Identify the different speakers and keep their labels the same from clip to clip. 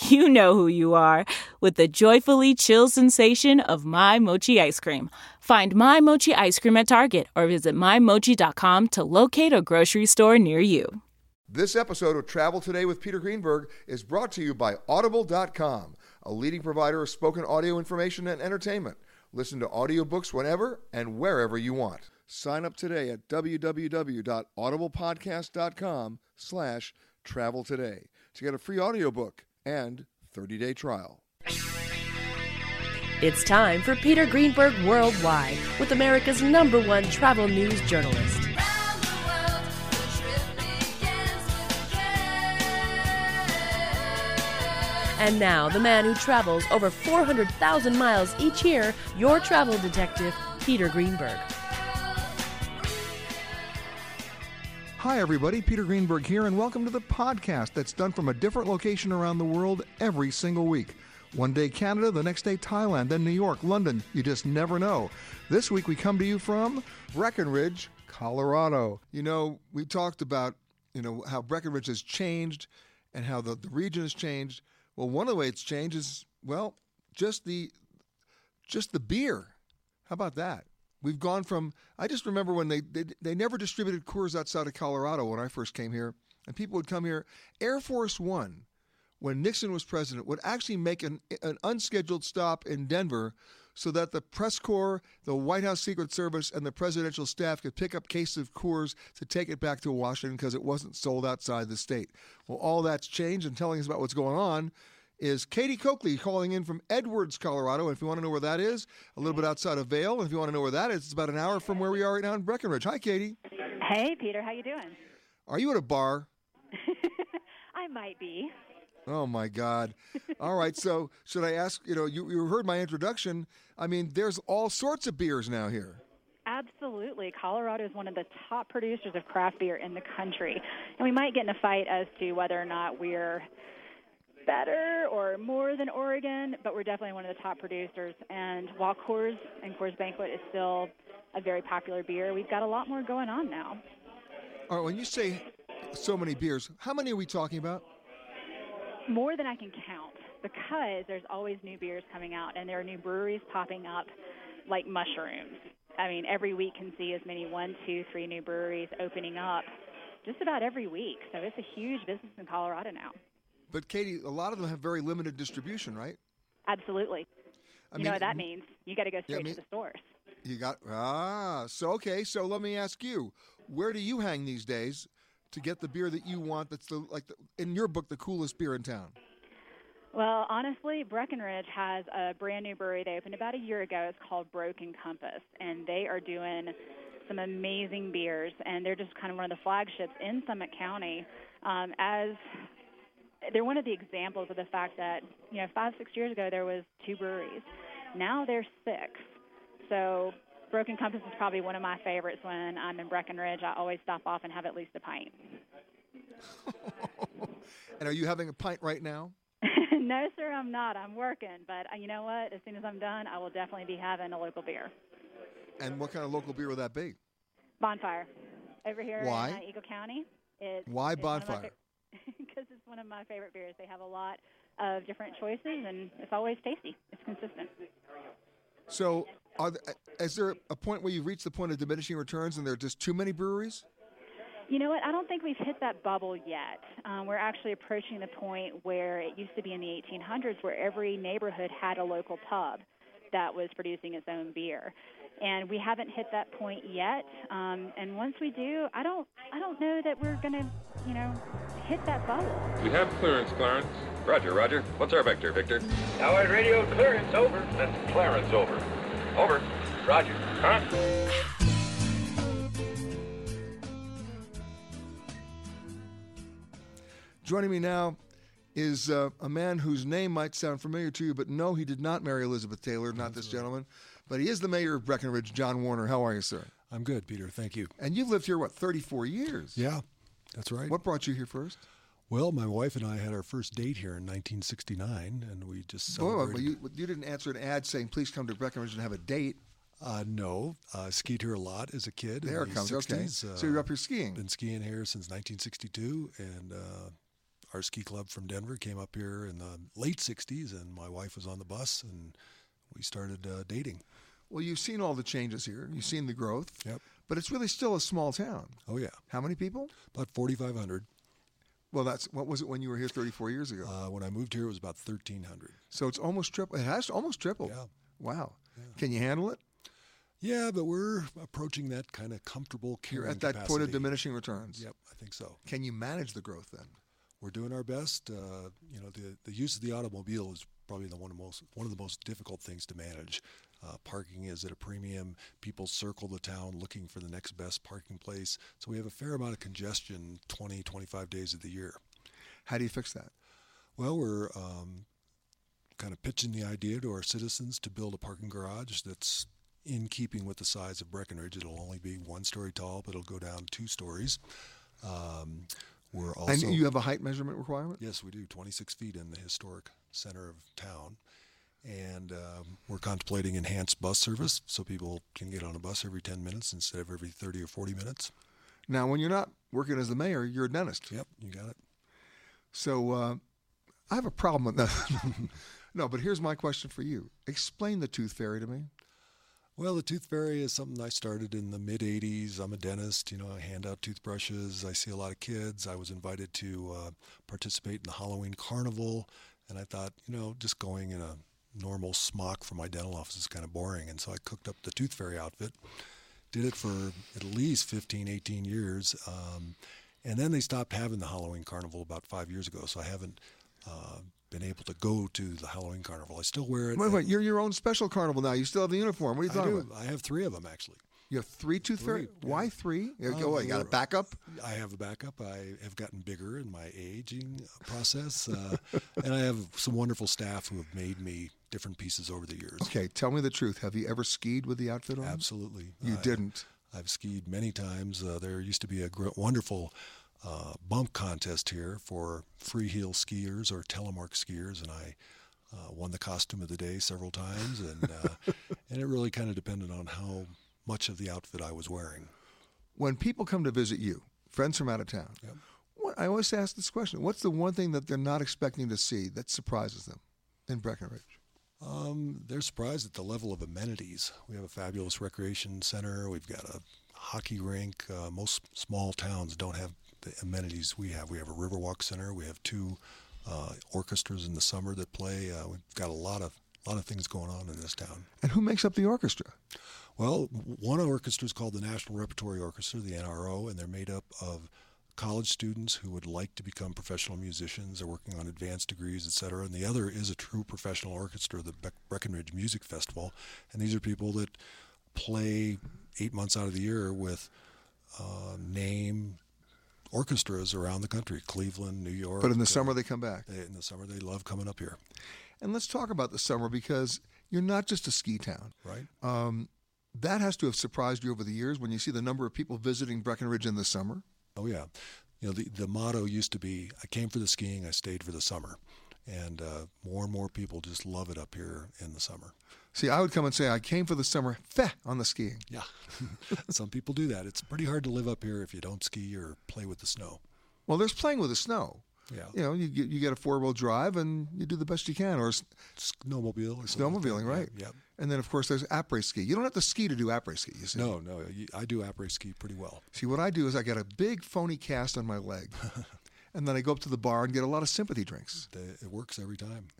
Speaker 1: you know who you are with the joyfully chill sensation of My Mochi ice cream. Find My Mochi ice cream at Target or visit MyMochi.com to locate a grocery store near you.
Speaker 2: This episode of Travel Today with Peter Greenberg is brought to you by Audible.com, a leading provider of spoken audio information and entertainment. Listen to audiobooks whenever and wherever you want. Sign up today at www.audiblepodcast.com slash travel today to get a free audiobook and 30-day trial.
Speaker 3: It's time for Peter Greenberg Worldwide with America's number one travel news journalist. And now, the man who travels over 400,000 miles each year, your travel detective, Peter Greenberg.
Speaker 2: Hi, everybody. Peter Greenberg here, and welcome to the podcast that's done from a different location around the world every single week. One day Canada, the next day Thailand, then New York, London. You just never know. This week we come to you from Breckenridge, Colorado. You know, we talked about, you know, how Breckenridge has changed and how the, the region has changed. Well, one of the way it's changed is, well, just the just the beer. How about that? We've gone from I just remember when they they, they never distributed Coors outside of Colorado when I first came here, and people would come here. Air Force One, when Nixon was president, would actually make an an unscheduled stop in Denver so that the press corps, the White House Secret Service, and the presidential staff could pick up cases of Coors to take it back to Washington because it wasn't sold outside the state. Well, all that's changed, and telling us about what's going on is Katie Coakley calling in from Edwards, Colorado. And if you want to know where that is, a little bit outside of Vale. And if you want to know where that is, it's about an hour from where we are right now in Breckenridge. Hi, Katie.
Speaker 4: Hey, Peter, how you doing?
Speaker 2: Are you at a bar?
Speaker 4: I might be.
Speaker 2: Oh my God! All right, so should I ask? You know, you, you heard my introduction. I mean, there's all sorts of beers now here.
Speaker 4: Absolutely. Colorado is one of the top producers of craft beer in the country. And we might get in a fight as to whether or not we're better or more than Oregon, but we're definitely one of the top producers. And while Coors and Coors Banquet is still a very popular beer, we've got a lot more going on now.
Speaker 2: All right, when you say so many beers, how many are we talking about?
Speaker 4: More than I can count because there's always new beers coming out and there are new breweries popping up like mushrooms. I mean, every week can see as many one, two, three new breweries opening up just about every week. So it's a huge business in Colorado now.
Speaker 2: But Katie, a lot of them have very limited distribution, right?
Speaker 4: Absolutely.
Speaker 2: I
Speaker 4: you know what that means? You got to go straight
Speaker 2: Yeah, I mean-
Speaker 4: to the source.
Speaker 2: You got ah. So okay, so let me ask you, where do you hang these days to get the beer that you want? That's the like the, in your book, the coolest beer in town.
Speaker 4: Well, honestly, Breckenridge has a brand new brewery they opened about a year ago. It's called Broken Compass, and they are doing some amazing beers, and they're just kind of one of the flagships in Summit County. Um, as they're one of the examples of the fact that you know five six years ago there was two breweries, now there's six. So Broken Compass is probably one of my favorites. When I'm in Breckenridge, I always stop off and have at least a pint.
Speaker 2: and are you having a pint right now?
Speaker 4: no, sir, I'm not. I'm working. But uh, you know what? As soon as I'm done, I will definitely be having a local beer.
Speaker 2: And what kind of local beer would that be?
Speaker 4: Bonfire. Over here
Speaker 2: Why?
Speaker 4: in uh, Eagle County. It's,
Speaker 2: Why
Speaker 4: it's one of my
Speaker 2: Bonfire?
Speaker 4: fa- Because it's one of my favorite beers. They have a lot of different choices, and it's always tasty. It's consistent.
Speaker 2: So, are th- uh, is there a point where you reach the point of diminishing returns and there are just too many breweries?
Speaker 4: You know what? I don't think we've hit that bubble yet. Um, we're actually approaching the point where it used to be in the 1800s where every neighborhood had a local pub that was producing its own beer. And we haven't hit that point yet. Um, and once we do, I don't, I don't know that we're going to, you know, hit that bubble.
Speaker 5: We have clearance, Clarence.
Speaker 6: Roger, Roger. What's our vector, Victor?
Speaker 5: Howard radio clearance over. That's Clarence over.
Speaker 6: Over. Roger.
Speaker 5: Huh?
Speaker 2: Joining me now is uh, a man whose name might sound familiar to you, but no, he did not marry Elizabeth Taylor, not this gentleman. But he is the mayor of Breckenridge, John Warner. How are you, sir?
Speaker 7: I'm good, Peter. Thank you.
Speaker 2: And you've lived here, what, 34 years?
Speaker 7: Yeah, that's right.
Speaker 2: What brought you here first?
Speaker 7: Well, my wife and I had our first date here in 1969, and we just
Speaker 2: Oh,
Speaker 7: celebrated.
Speaker 2: but you, you didn't answer an ad saying, please come to Breckenridge and have a date.
Speaker 7: uh, no, uh, skied here a lot as a kid.
Speaker 2: There
Speaker 7: in the
Speaker 2: it comes.
Speaker 7: 60s.
Speaker 2: Okay.
Speaker 7: Uh,
Speaker 2: so you're up here skiing.
Speaker 7: Been skiing here since 1962, and uh, our ski club from Denver came up here in the late 60s, and my wife was on the bus, and we started uh, dating.
Speaker 2: Well, you've seen all the changes here. You've seen the growth.
Speaker 7: Yep.
Speaker 2: But it's really still a small town.
Speaker 7: Oh yeah,
Speaker 2: How many people?
Speaker 7: about 4,500.
Speaker 2: Well, that's what was it when you were here 34 years ago?
Speaker 7: Uh, when I moved here, it was about 1,300.
Speaker 2: so it's almost triple. It has almost tripled.
Speaker 7: Yeah.
Speaker 2: Wow. Can you handle it?
Speaker 7: Yeah, but we're approaching that kind of comfortable.
Speaker 2: You're
Speaker 7: carrying
Speaker 2: at that point of
Speaker 7: capacity.
Speaker 2: diminishing returns.
Speaker 7: Yep, I think so.
Speaker 2: Can you manage the growth then?
Speaker 7: We're doing our best. Uh, you know, the, the use of the automobile is probably the one of most one of the most difficult things to manage. Uh, parking is at a premium. People circle the town looking for the next best parking place. So we have a fair amount of congestion 20, 25 days of the year.
Speaker 2: How do you fix that?
Speaker 7: Well, we're um, kind of pitching the idea to our citizens to build a parking garage that's in keeping with the size of Breckenridge. It'll only be one story tall, but it'll go down two stories. Um, we're also
Speaker 2: and you have a height measurement requirement?
Speaker 7: Yes, we do. 26 feet in the historic center of town. And um, we're contemplating enhanced bus service so people can get on a bus every 10 minutes instead of every 30 or 40 minutes.
Speaker 2: Now, when you're not working as the mayor, you're a dentist.
Speaker 7: Yep, you got it.
Speaker 2: So uh, I have a problem with that. no, but here's my question for you Explain the tooth fairy to me.
Speaker 7: Well, the tooth fairy is something I started in the mid 80s. I'm a dentist. You know, I hand out toothbrushes. I see a lot of kids. I was invited to uh, participate in the Halloween carnival. And I thought, you know, just going in a normal smock for my dental office is kind of boring. And so I cooked up the tooth fairy outfit, did it for at least 15, 18 years. Um, and then they stopped having the Halloween carnival about five years ago. So I haven't. Uh, been able to go to the Halloween carnival. I still wear it.
Speaker 2: Wait, wait, you're your own special carnival now. You still have the uniform. What are you
Speaker 7: I,
Speaker 2: talking
Speaker 7: do.
Speaker 2: about?
Speaker 7: I have three of them actually.
Speaker 2: You have three tooth fairy?
Speaker 7: Three, yeah.
Speaker 2: Why three? You
Speaker 7: Um,
Speaker 2: go, oh, you got a
Speaker 7: we're-
Speaker 2: backup?
Speaker 7: I have a backup. I have gotten bigger in my aging process, uh, and I have some wonderful staff who have made me different pieces over the years.
Speaker 2: Okay, tell me the truth. Have you ever skied with the outfit on?
Speaker 7: Absolutely,
Speaker 2: You
Speaker 7: I-
Speaker 2: didn't.
Speaker 7: I've skied many times. Uh, there used to be a gr- wonderful uh, bump contest here for free heel skiers or telemark skiers, and I uh, won the costume of the day several times, and uh, and it really kind of depended on how much of the outfit I was wearing.
Speaker 2: When people come to visit you, friends from out of town, what, I always ask this question What's the one thing that they're not expecting to see that surprises them in Breckenridge?
Speaker 7: Um, they're surprised at the level of amenities. We have a fabulous recreation center. We've got a hockey rink. Uh, most small towns don't have the amenities we have. We have a Riverwalk Center. We have two uh, orchestras in the summer that play. Uh, we've got a lot of lot of things going on in this town.
Speaker 2: And who makes up the orchestra?
Speaker 7: Well, w- one orchestra is called the National Repertory Orchestra, the NRO, and they're made up of college students who would like to become professional musicians. They're working on advanced degrees, et cetera. And the other is a true professional orchestra, the Bec- Breckenridge Music Festival. And these are people that play eight months out of the year with uh, name orchestras around the country, Cleveland, New York.
Speaker 2: But in
Speaker 7: uh,
Speaker 2: the summer, they come back.
Speaker 7: they, in the summer, they love coming up here,
Speaker 2: And let's talk about the summer because you're not just a ski town.
Speaker 7: right?
Speaker 2: Um, that has to have surprised you over the years when you see the number of people visiting Breckenridge in the summer.
Speaker 7: Oh yeah, you know the the motto used to be, "I came for the skiing, I stayed for the summer," And uh, more and more people just love it up here in the summer.
Speaker 2: See, I would come and say, I came for the summer feh on the skiing.
Speaker 7: Yeah. Some people do that. It's pretty hard to live up here if you don't ski or play with the snow.
Speaker 2: Well, there's playing with the snow.
Speaker 7: Yeah.
Speaker 2: You know, you, get- you get a four wheel drive and you do the best you can. Or, s-
Speaker 7: Snowmobile or something like
Speaker 2: Snowmobiling,
Speaker 7: that.
Speaker 2: right.
Speaker 7: Yeah. Yep.
Speaker 2: and then, of course, there's après ski. You don't have to ski to do après ski, you see.
Speaker 7: No, no. you- I do après ski pretty well.
Speaker 2: See, what I do is I get a big phony cast on my leg. and then I go up to the bar and get a lot of sympathy drinks.
Speaker 7: The- It works every time.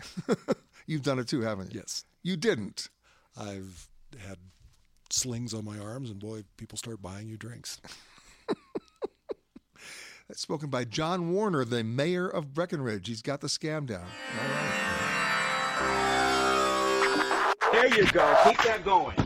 Speaker 2: You've done it too, haven't you?
Speaker 7: Yes.
Speaker 2: You didn't.
Speaker 7: I've had slings on my arms, and boy, people start buying you drinks.
Speaker 2: That's spoken by John Warner, the mayor of Breckenridge. He's got the scam down.
Speaker 8: There you go. Keep that going.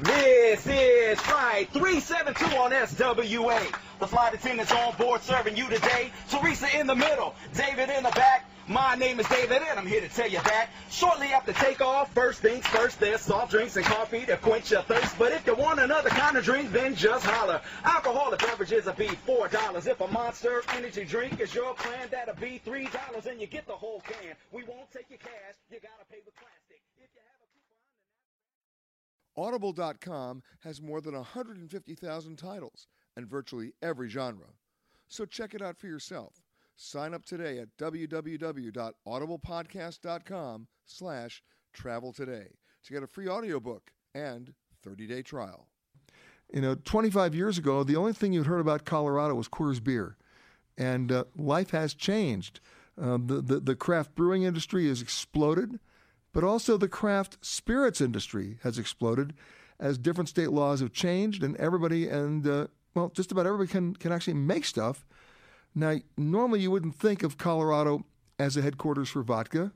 Speaker 8: This is Flight 372 on SWA. The flight attendants on board serving you today. Teresa in the middle, David in the back. My name is David, and I'm here to tell you that shortly after takeoff, first things first, there's soft drinks and coffee to quench your thirst. But if you want another kind of drink, then just holler. Alcoholic beverages will be $4. If a monster energy drink is your plan, that'll be $3, and you get the whole can. We won't take your cash, you gotta pay with plastic. If you have a coupon, then-
Speaker 2: Audible.com has more than 150,000 titles and virtually every genre. So check it out for yourself. Sign up today at www.audiblepodcast.com slash travel today to get a free audiobook and 30-day trial. You know, 25 years ago, the only thing you'd heard about Colorado was Coors Beer. And uh, life has changed. Um, the, the, the craft brewing industry has exploded, but also the craft spirits industry has exploded as different state laws have changed and everybody and, uh, well, just about everybody can, can actually make stuff. Now, normally you wouldn't think of Colorado as a headquarters for vodka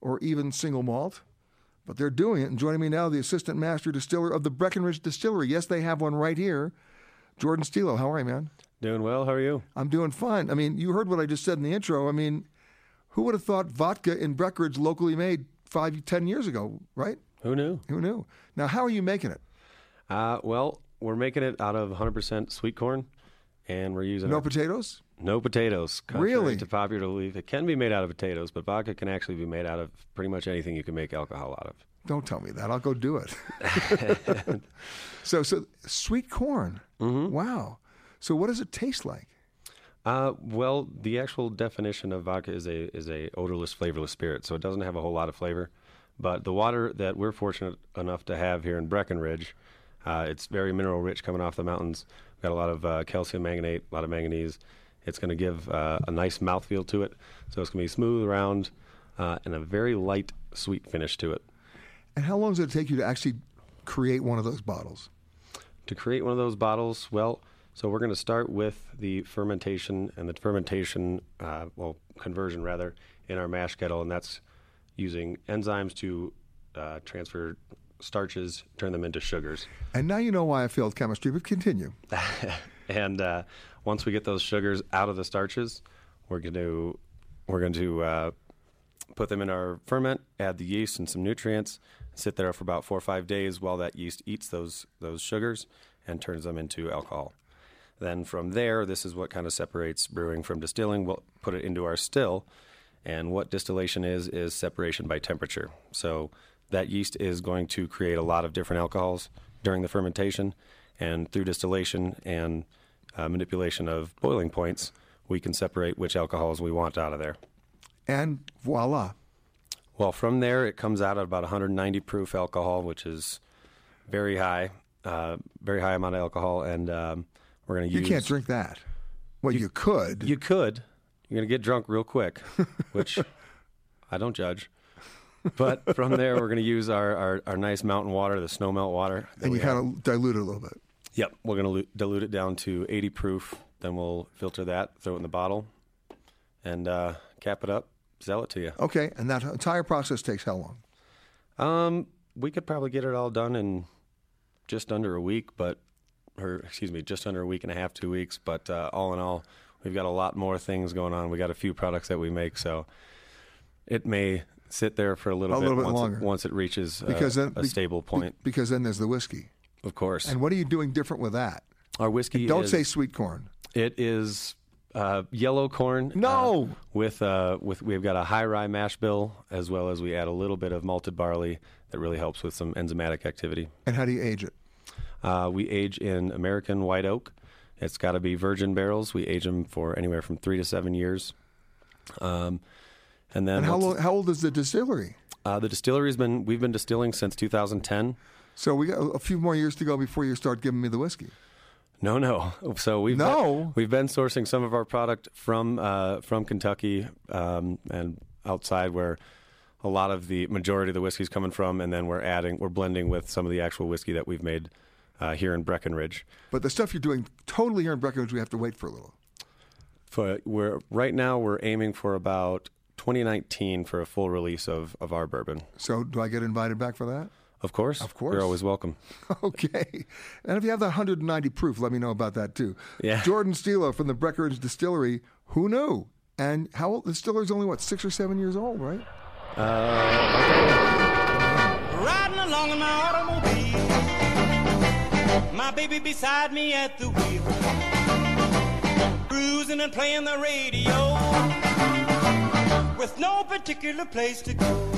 Speaker 2: or even single malt, but they're doing it. And joining me now, the assistant master distiller of the Breckenridge Distillery. Yes, they have one right here. Jordan Stilo, how are you, man?
Speaker 9: Doing well. How are you?
Speaker 2: I'm doing fine. I mean, you heard what I just said in the intro. I mean, who would have thought vodka in Breckenridge locally made five, ten years ago, right?
Speaker 9: Who knew?
Speaker 2: Who knew? Now, how are you making it?
Speaker 9: Uh, well, we're making it out of 100% sweet corn, and we're using
Speaker 2: No
Speaker 9: our-
Speaker 2: potatoes?
Speaker 9: no potatoes. contrary
Speaker 2: Really?
Speaker 9: To popular belief, it can be made out of potatoes, but vodka can actually be made out of pretty much anything you can make alcohol out of.
Speaker 2: Don't tell me that. I'll go do it. so, so sweet corn.
Speaker 9: Mm-hmm.
Speaker 2: Wow. So, what does it taste like?
Speaker 9: Uh, well, the actual definition of vodka is a is a odorless, flavorless spirit, so it doesn't have a whole lot of flavor. But the water that we're fortunate enough to have here in Breckenridge, uh, it's very mineral rich, coming off the mountains. We've got a lot of uh, calcium manganate, a lot of manganese. It's going to give uh, a nice mouthfeel to it, so it's going to be smooth, round, uh, and a very light, sweet finish to it.
Speaker 2: And how long does it take you to actually create one of those bottles?
Speaker 9: to create one of those bottles, well, so we're going to start with the fermentation and the fermentation, uh, well, conversion rather, in our mash kettle, and that's using enzymes to uh, transfer starches, turn them into sugars.
Speaker 2: And now you know why I failed chemistry, but continue.
Speaker 9: And uh, once we get those sugars out of the starches, we're going to we're going to uh, put them in our ferment, add the yeast and some nutrients, sit there for about four or five days while that yeast eats those those sugars and turns them into alcohol. Then from there, this is what kind of separates brewing from distilling. We'll put it into our still, and what distillation is is separation by temperature. So that yeast is going to create a lot of different alcohols during the fermentation, and through distillation and uh, manipulation of boiling points, we can separate which alcohols we want out of there.
Speaker 2: And voila.
Speaker 9: Well, from there, it comes out at about 190 proof alcohol, which is very high, uh, very high amount of alcohol, and um, we're going to
Speaker 2: You
Speaker 9: use.
Speaker 2: can't drink that. Well, you, could.
Speaker 9: You could. You're going to get drunk real quick, which I don't judge. But from there, we're going to use our, our, our nice mountain water, the snowmelt water. that
Speaker 2: and
Speaker 9: we
Speaker 2: you kind of dilute it a little bit.
Speaker 9: Yep, we're going to lu- dilute it down to 80 proof. Then we'll filter that, throw it in the bottle, and uh, cap it up, sell it to you.
Speaker 2: Okay. And that entire process takes how long?
Speaker 9: Um, we could probably get it all done in just under a week, but or excuse me, just under a week and a half, two weeks. But uh, all in all, we've got a lot more things going on. We got a few products that we make, so it may sit there for a little
Speaker 2: A
Speaker 9: bit,
Speaker 2: little bit
Speaker 9: once
Speaker 2: longer.
Speaker 9: It, once it reaches uh,
Speaker 2: Because then-
Speaker 9: a
Speaker 2: be-
Speaker 9: stable
Speaker 2: be-
Speaker 9: point.
Speaker 2: because then there's the whiskey.
Speaker 9: of course,
Speaker 2: And what are you doing different with that?
Speaker 9: our whiskey.
Speaker 2: Don't
Speaker 9: is-
Speaker 2: say sweet corn.
Speaker 9: it is uh, yellow corn.
Speaker 2: No.
Speaker 9: uh, with uh, with we've got a high rye mash bill as well as we add a little bit of malted barley that really helps with some enzymatic activity.
Speaker 2: And how do you age it?
Speaker 9: Uh, we age in American white oak. It's got to be virgin barrels. We age them for anywhere from three to seven years. Um, and then
Speaker 2: And how,
Speaker 9: once-
Speaker 2: lo- how old is the distillery?
Speaker 9: uh, the distillery's been we've been distilling since 2010.
Speaker 2: So we got a a few more years to go before you start giving me the whiskey.
Speaker 9: No, no. So we've
Speaker 2: No?
Speaker 9: been, we've been sourcing some of our product from uh, from Kentucky um, and outside where a lot of the majority of the whiskey's coming from, and then we're adding we're blending with some of the actual whiskey that we've made uh, here in Breckenridge.
Speaker 2: But the stuff you're doing totally here in Breckenridge, we have to wait for a little.
Speaker 9: For we're right now we're aiming for about 2019 for a full release of of our bourbon.
Speaker 2: So do I get invited back for that?
Speaker 9: Of course,
Speaker 2: Of course.
Speaker 9: you're always welcome.
Speaker 2: Okay. And if you have the 190 proof, let me know about that too.
Speaker 9: Yeah.
Speaker 2: Jordan Steele from the Breckenridge Distillery. Who knew? And how old? The distillery's only, what, six or seven years old, right?
Speaker 10: Riding along in my automobile. My baby beside me at the wheel. Cruising and playing the radio. With no particular place to go.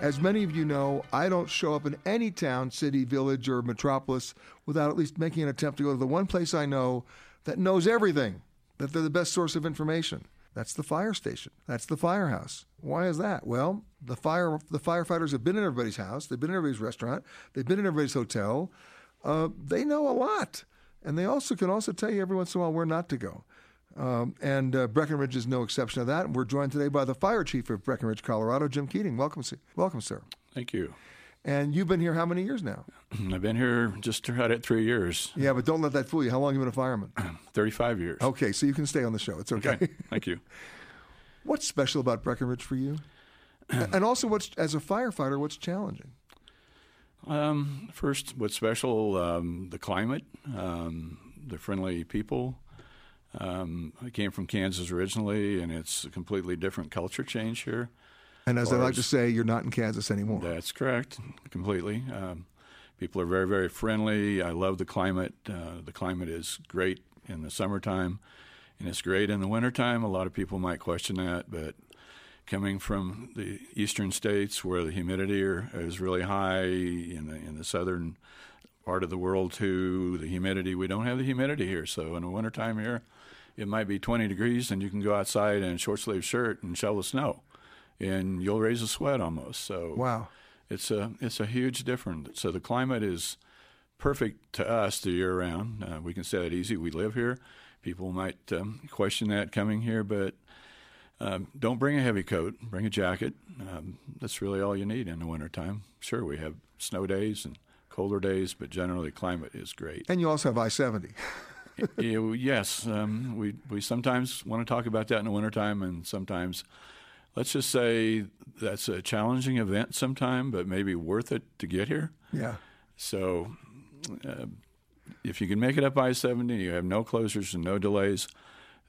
Speaker 2: As many of you know, I don't show up in any town, city, village, or metropolis without at least making an attempt to go to the one place I know that knows everything, that they're the best source of information. That's the fire station. That's the firehouse. Why is that? Well, the fire the firefighters have been in everybody's house, they've been in everybody's restaurant, they've been in everybody's hotel. Uh, they know a lot, and they also can also tell you every once in a while where not to go. Um, and uh, Breckenridge is no exception to that. And we're joined today by the fire chief of Breckenridge, Colorado, Jim Keating. Welcome, sir. Welcome, sir.
Speaker 11: Thank you.
Speaker 2: And you've been here how many years now?
Speaker 11: I've been here just right at three years,
Speaker 2: Yeah, but don't let that fool you. How long you been a fireman?
Speaker 11: 35 years.
Speaker 2: Okay, so you can stay on the show. It's okay.
Speaker 11: Thank you.
Speaker 2: what's special about Breckenridge for you? A- and also, what's as a firefighter, what's challenging?
Speaker 11: Um, first, what's special? Um, the climate, um, the friendly people. Um, I came from Kansas originally, and it's a completely different culture change here.
Speaker 2: And as I
Speaker 11: Or
Speaker 2: like to say, you're not in Kansas anymore.
Speaker 11: That's correct, completely. Um, people are very, very friendly. I love the climate. Uh, the climate is great in the summertime, and it's great in the wintertime. A lot of people might question that, but coming from the eastern states where the humidity are, is really high, in the, in the southern part of the world too, the humidity, we don't have the humidity here. So in the wintertime here, it might be 20 degrees, and you can go outside in a short sleeve shirt and shovel snow, and you'll raise a sweat almost. So
Speaker 2: Wow.
Speaker 11: it's a it's a huge difference. So the climate is perfect to us the year round. Uh, we can say that easy. We live here. People might um, question that coming here, but um, don't bring a heavy coat. Bring a jacket. Um, that's really all you need in the wintertime. Sure, we have snow days and colder days, but generally climate is great.
Speaker 2: And you also have I 70.
Speaker 11: Yeah, well, yes, um, we we sometimes want to talk about that in the wintertime, and sometimes, let's just say that's a challenging event sometime, but maybe worth it to get here.
Speaker 2: Yeah.
Speaker 11: So, uh, if you can make it up I seventy, you have no closures and no delays,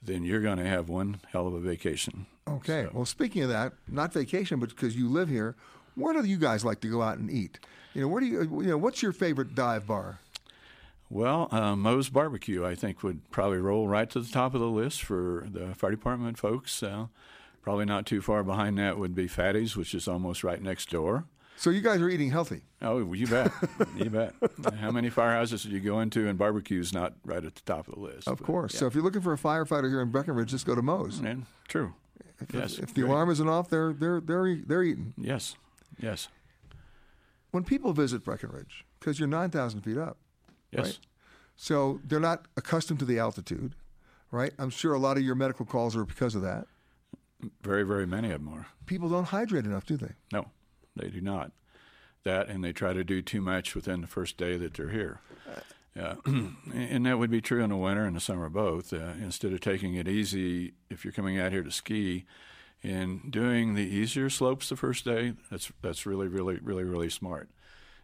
Speaker 11: then you're going to have one hell of a vacation.
Speaker 2: Okay. Well, speaking of that, not vacation, but because you live here, where do you guys like to go out and eat? You know, where do you, you know, what's your favorite dive bar?
Speaker 11: Well, uh, Moe's Barbecue, I think, would probably roll right to the top of the list for the fire department folks. Uh, probably not too far behind that would be Fatty's, which is almost right next door.
Speaker 2: So you guys are eating healthy.
Speaker 11: Oh, well, you bet. you bet. How many firehouses did you go into and barbecue's not right at the top of the list?
Speaker 2: Of course. So if you're looking for a firefighter here in Breckenridge, just go to Moe's.
Speaker 11: True.
Speaker 2: If,
Speaker 11: Yes,
Speaker 2: if the
Speaker 11: great.
Speaker 2: alarm isn't off, they're they're they're they're eating.
Speaker 11: Yes. Yes.
Speaker 2: When people visit Breckenridge, because you're nine thousand feet up,
Speaker 11: Yes.
Speaker 2: right? So they're not accustomed to the altitude, right? I'm sure a lot of your medical calls are because of that.
Speaker 11: Very, very many of them are.
Speaker 2: People don't hydrate enough, do they?
Speaker 11: No, they do not. That and they try to do too much within the first day that they're here. Uh, and that would be true in the winter and the summer both. Uh, instead of taking it easy, if you're coming out here to ski and doing the easier slopes the first day, that's that's really, really, really, really smart.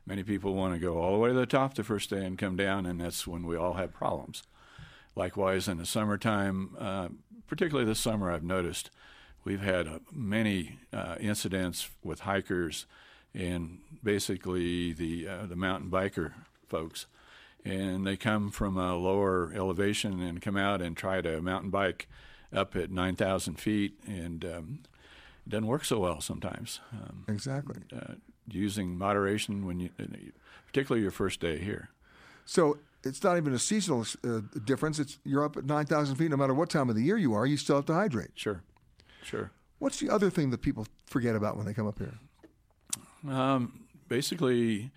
Speaker 11: Many people want to go all the way to the top the first day and come down, and that's when we all have problems. Likewise, in the summertime, uh, particularly this summer, I've noticed we've had uh, many uh, incidents with hikers and basically the uh, the mountain biker folks, and they come from a lower elevation and come out and try to mountain bike up at nine thousand feet, and um, it doesn't work so well sometimes. Um,
Speaker 2: exactly.
Speaker 11: using moderation when you, particularly your first day here.
Speaker 2: So it's not even a seasonal uh, difference. It's you're up at nine thousand feet, no matter what time of the year you are. You still have to hydrate.
Speaker 11: Sure, sure.
Speaker 2: What's the other thing that people forget about when they come up here?
Speaker 11: Um, basically,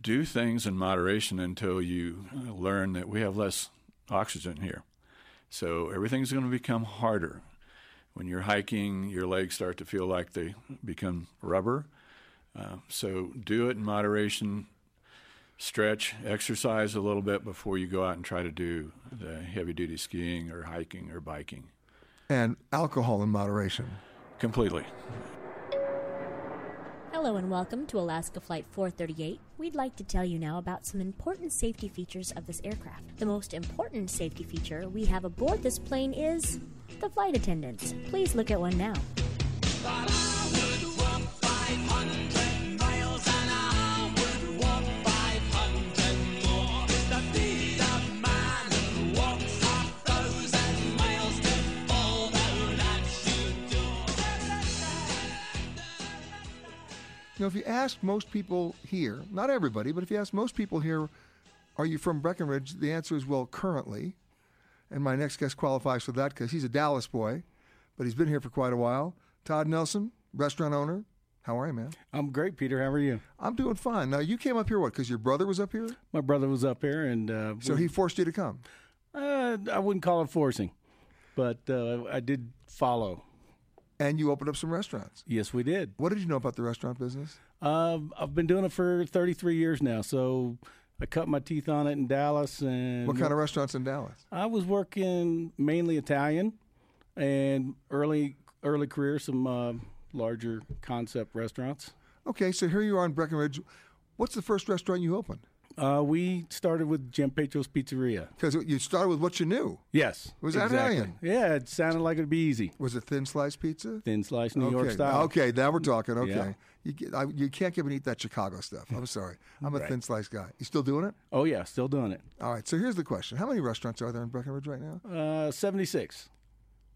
Speaker 11: do things in moderation until you uh, learn that we have less oxygen here. So everything's going to become harder. When you're hiking, your legs start to feel like they become rubber. Uh, so do it in moderation stretch, exercise a little bit before you go out and try to do the heavy duty skiing or hiking or biking.
Speaker 2: And alcohol in moderation.
Speaker 11: Completely.
Speaker 12: Hello and welcome to Alaska Flight 438. We'd like to tell you now about some important safety features of this aircraft. The most important safety feature we have aboard this plane is the flight attendants. Please look at one now.
Speaker 2: You know, if you ask most people here, not everybody, but if you ask most people here, are you from Breckenridge? The answer is, well, currently. And my next guest qualifies for that because he's a Dallas boy, but he's been here for quite a while. Todd Nelson, restaurant owner. How are you, man?
Speaker 13: I'm great, Peter. How are you?
Speaker 2: I'm doing fine. Now, you came up here, what, because your brother was up here?
Speaker 13: My brother was up here, and. Uh,
Speaker 2: so he forced you to come?
Speaker 13: Uh, I wouldn't call it forcing, but uh, I did follow
Speaker 2: and you opened up some restaurants.
Speaker 13: Yes, we did.
Speaker 2: What did you know about the restaurant business?
Speaker 13: Uh, I've been doing it for 33 years now. So I cut my teeth on it in Dallas. And
Speaker 2: what kind of restaurants in Dallas?
Speaker 13: I was working mainly Italian, and early early career some uh, larger concept restaurants.
Speaker 2: Okay, so here you are in Breckenridge. What's the first restaurant you opened?
Speaker 13: Uh, we started with Jim Petro's Pizzeria.
Speaker 2: Because you started with what you knew.
Speaker 13: Yes.
Speaker 2: It was exactly. Italian.
Speaker 13: Yeah, it sounded like it'd be easy.
Speaker 2: Was it thin sliced pizza?
Speaker 13: Thin sliced New
Speaker 2: okay.
Speaker 13: York style.
Speaker 2: Okay, now we're talking. Okay. Yeah. You, get, I, you can't give and eat that Chicago stuff. I'm sorry. I'm a right. thin sliced guy. You still doing it?
Speaker 13: Oh, yeah, still doing it.
Speaker 2: All right, so here's the question How many restaurants are there in Breckenridge right now?
Speaker 13: Uh, 76.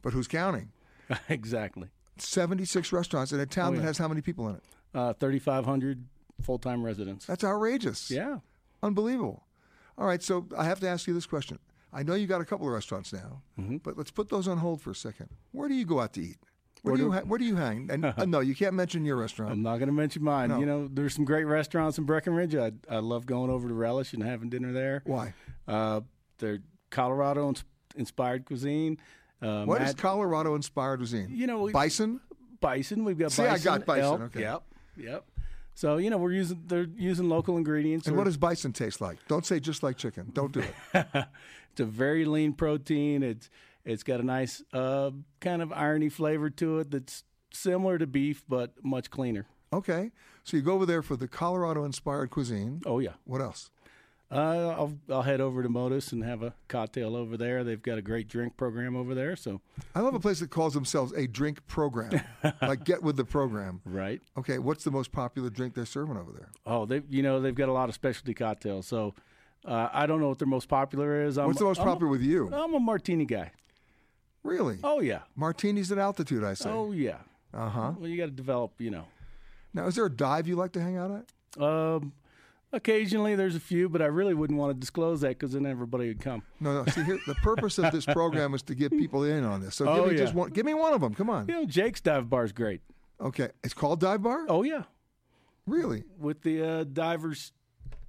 Speaker 2: But who's counting?
Speaker 13: exactly.
Speaker 2: 76 restaurants in a town oh, yeah. that has how many people in it?
Speaker 13: Uh, 3,500 full time residents.
Speaker 2: That's outrageous.
Speaker 13: Yeah.
Speaker 2: Unbelievable. All right, so I have to ask you this question. I know you got a couple of restaurants now, mm-hmm. but let's put those on hold for a second. Where do you go out to eat? Where, where do, you ha- where do you hang? And uh, no, you can't mention your restaurant.
Speaker 11: Um,
Speaker 13: I'm not going to mention mine. No. You know, there's some great restaurants in Breckenridge. I I love going over to Relish and having dinner there.
Speaker 2: Why?
Speaker 13: Uh, they're Colorado ins- inspired cuisine.
Speaker 11: um,
Speaker 2: Uh, what Matt, is Colorado inspired cuisine?
Speaker 13: You know, we,
Speaker 2: bison.
Speaker 13: Bison. We've got.
Speaker 2: See,
Speaker 13: bison,
Speaker 2: I got bison.
Speaker 13: Elk,
Speaker 2: okay.
Speaker 13: Yep. Yep. So you know we're using they're using local ingredients.
Speaker 2: And what does bison taste like? Don't say just like chicken. Don't do
Speaker 13: it. it's a very lean protein. It's it's got a nice uh, kind of irony flavor to it that's similar to beef but much cleaner.
Speaker 2: Okay, so you go over there for the Colorado-inspired cuisine.
Speaker 13: Oh yeah.
Speaker 2: What else?
Speaker 13: Uh, I'll I'll head over to Modus and have a cocktail over there. They've got a great drink program over there. So
Speaker 2: I love a place that calls themselves a drink program, like get with the program.
Speaker 13: Right.
Speaker 2: Okay. What's the most popular drink they're serving over there?
Speaker 13: Oh, they you know they've got a lot of specialty cocktails. So uh, I don't know what their most popular is.
Speaker 11: Um,
Speaker 2: I'm, what's the most
Speaker 13: I'm
Speaker 2: popular
Speaker 13: a,
Speaker 2: with you?
Speaker 11: uh,
Speaker 13: I'm a martini guy.
Speaker 2: Really?
Speaker 13: Oh yeah.
Speaker 2: Martinis at altitude, I say.
Speaker 13: Oh yeah.
Speaker 2: Uh huh.
Speaker 13: Well, you got to develop, you know.
Speaker 2: Now, is there a dive you like to hang out at?
Speaker 13: Um. Occasionally, there's a few, but I really wouldn't want to disclose that because then everybody would come.
Speaker 2: No, no. See, here, the purpose of this program is to get people in on this. So give
Speaker 13: oh,
Speaker 2: me
Speaker 13: yeah.
Speaker 2: just one. Give me one of them. Come on.
Speaker 13: You know, Jake's dive bar is great.
Speaker 2: Okay, it's called Dive Bar.
Speaker 13: Oh yeah,
Speaker 2: really?
Speaker 13: With the uh, divers,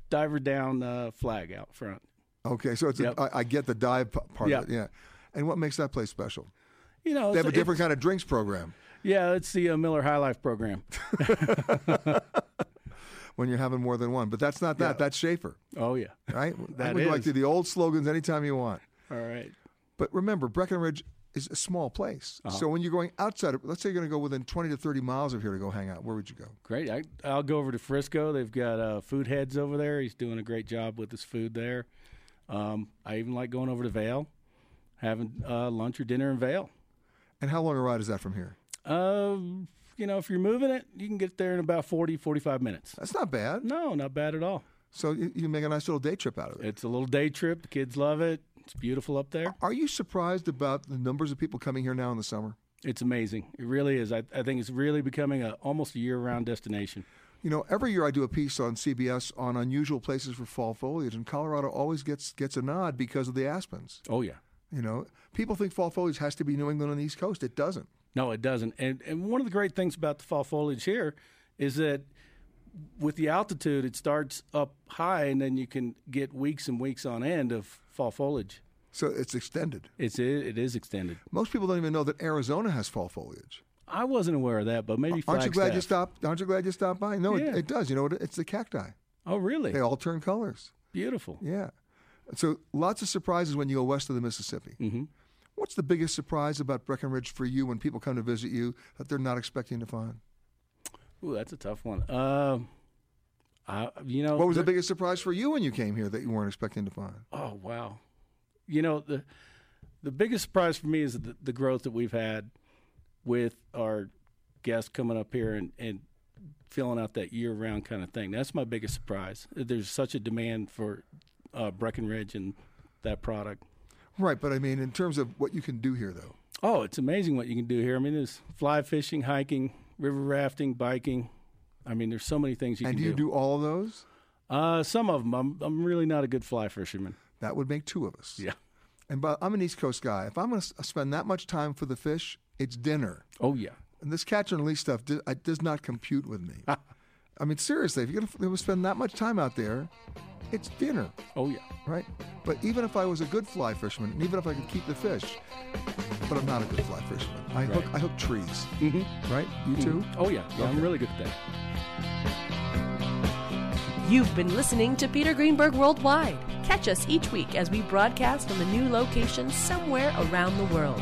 Speaker 13: diver down uh, flag out front.
Speaker 2: Okay, so it's yep. a, I, I get the dive part.
Speaker 13: Yep.
Speaker 2: of it, Yeah, Oh, and what makes that place special?
Speaker 13: You know,
Speaker 2: they have a different kind of drinks program.
Speaker 13: Yeah, it's the uh, Miller High Life program.
Speaker 2: when you're having more than one. But that's not that. Yeah. That's Schaefer.
Speaker 13: Oh yeah,
Speaker 2: right. that I would is. like to the old slogans anytime you want.
Speaker 13: All right.
Speaker 2: But remember, Breckenridge is a small place. Uh-huh. So when you're going outside, of, let's say you're going to go within 20 to 30 miles of here to go hang out, where would you go?
Speaker 13: Great. I, will go over to Frisco. They've got uh, Food Heads over there. He's doing a great job with his food there. Um, I even like going over to Vale. having uh, lunch or dinner in Vale.
Speaker 2: And how long a ride is that from here?
Speaker 13: Um, you know, if you're moving it, you can get there in about 40, 45 minutes.
Speaker 2: That's not bad.
Speaker 13: No, not bad at all.
Speaker 2: So you, you make a nice little day trip out of it.
Speaker 13: It's a little day trip. The kids love it. It's beautiful up there.
Speaker 2: Are you surprised about the numbers of people coming here now in the summer?
Speaker 13: It's amazing. It really is. I, I think it's really becoming a almost a year-round destination.
Speaker 2: You know, every year I do a piece on CBS on unusual places for fall foliage, and Colorado always gets gets a nod because of the aspens.
Speaker 13: Oh yeah.
Speaker 2: You know, people think fall foliage has to be New England on the East Coast. It doesn't.
Speaker 13: No, it doesn't. And and one of the great things about the fall foliage here is that with the altitude, it starts up high, and then you can get weeks and weeks on end of fall foliage.
Speaker 2: So it's extended.
Speaker 13: It's it is extended.
Speaker 2: Most people don't even know that Arizona has fall foliage.
Speaker 13: I wasn't aware of that, but maybe.
Speaker 2: Aren't you glad
Speaker 13: Flagstaff.
Speaker 2: you stopped? Aren't you glad you stopped by? No,
Speaker 13: Yeah.
Speaker 2: it, it does. You know what? It's the cacti.
Speaker 13: Oh, really?
Speaker 2: They all turn colors.
Speaker 13: Beautiful.
Speaker 2: Yeah. So lots of surprises when you go west of the Mississippi.
Speaker 13: Mm-hmm.
Speaker 2: What's the biggest surprise about Breckenridge for you when people come to visit you that they're not expecting to find?
Speaker 13: Ooh, that's a tough one. Um, I, you know,
Speaker 2: what was the
Speaker 13: there-
Speaker 2: biggest surprise for you when you came here that you weren't expecting to find?
Speaker 13: Oh wow! You know the the biggest surprise for me is the, the growth that we've had with our guests coming up here and, and filling out that year round kind of thing. That's my biggest surprise. There's such a demand for uh, Breckenridge and that product.
Speaker 2: Right, but I mean, in terms of what you can do here, though.
Speaker 13: Oh, it's amazing what you can do here. I mean, there's fly fishing, hiking, river rafting, biking. I mean, there's so many things you
Speaker 2: and
Speaker 13: can
Speaker 2: do you
Speaker 13: do.
Speaker 2: do all of those?
Speaker 13: Uh, some of them. I'm I'm really not a good fly fisherman.
Speaker 2: That would make two of us.
Speaker 13: Yeah.
Speaker 2: And but I'm an East Coast guy. If I'm going to spend that much time for the fish, it's dinner.
Speaker 13: Oh yeah.
Speaker 2: And this catch and release stuff di- it does not compute with me. I mean, seriously, if you're going to spend that much time out there, it's dinner.
Speaker 13: Oh yeah.
Speaker 2: Right. But even if I was a good fly fisherman, and even if I could keep the fish, but I'm not a good fly fisherman. I hook I hook trees. Mm-hmm. Right. You too.
Speaker 13: Oh yeah. yeah I'm
Speaker 2: Okay.
Speaker 13: really good at that.
Speaker 3: You've been listening to Peter Greenberg Worldwide. Catch us each week as we broadcast from a new location somewhere around the world.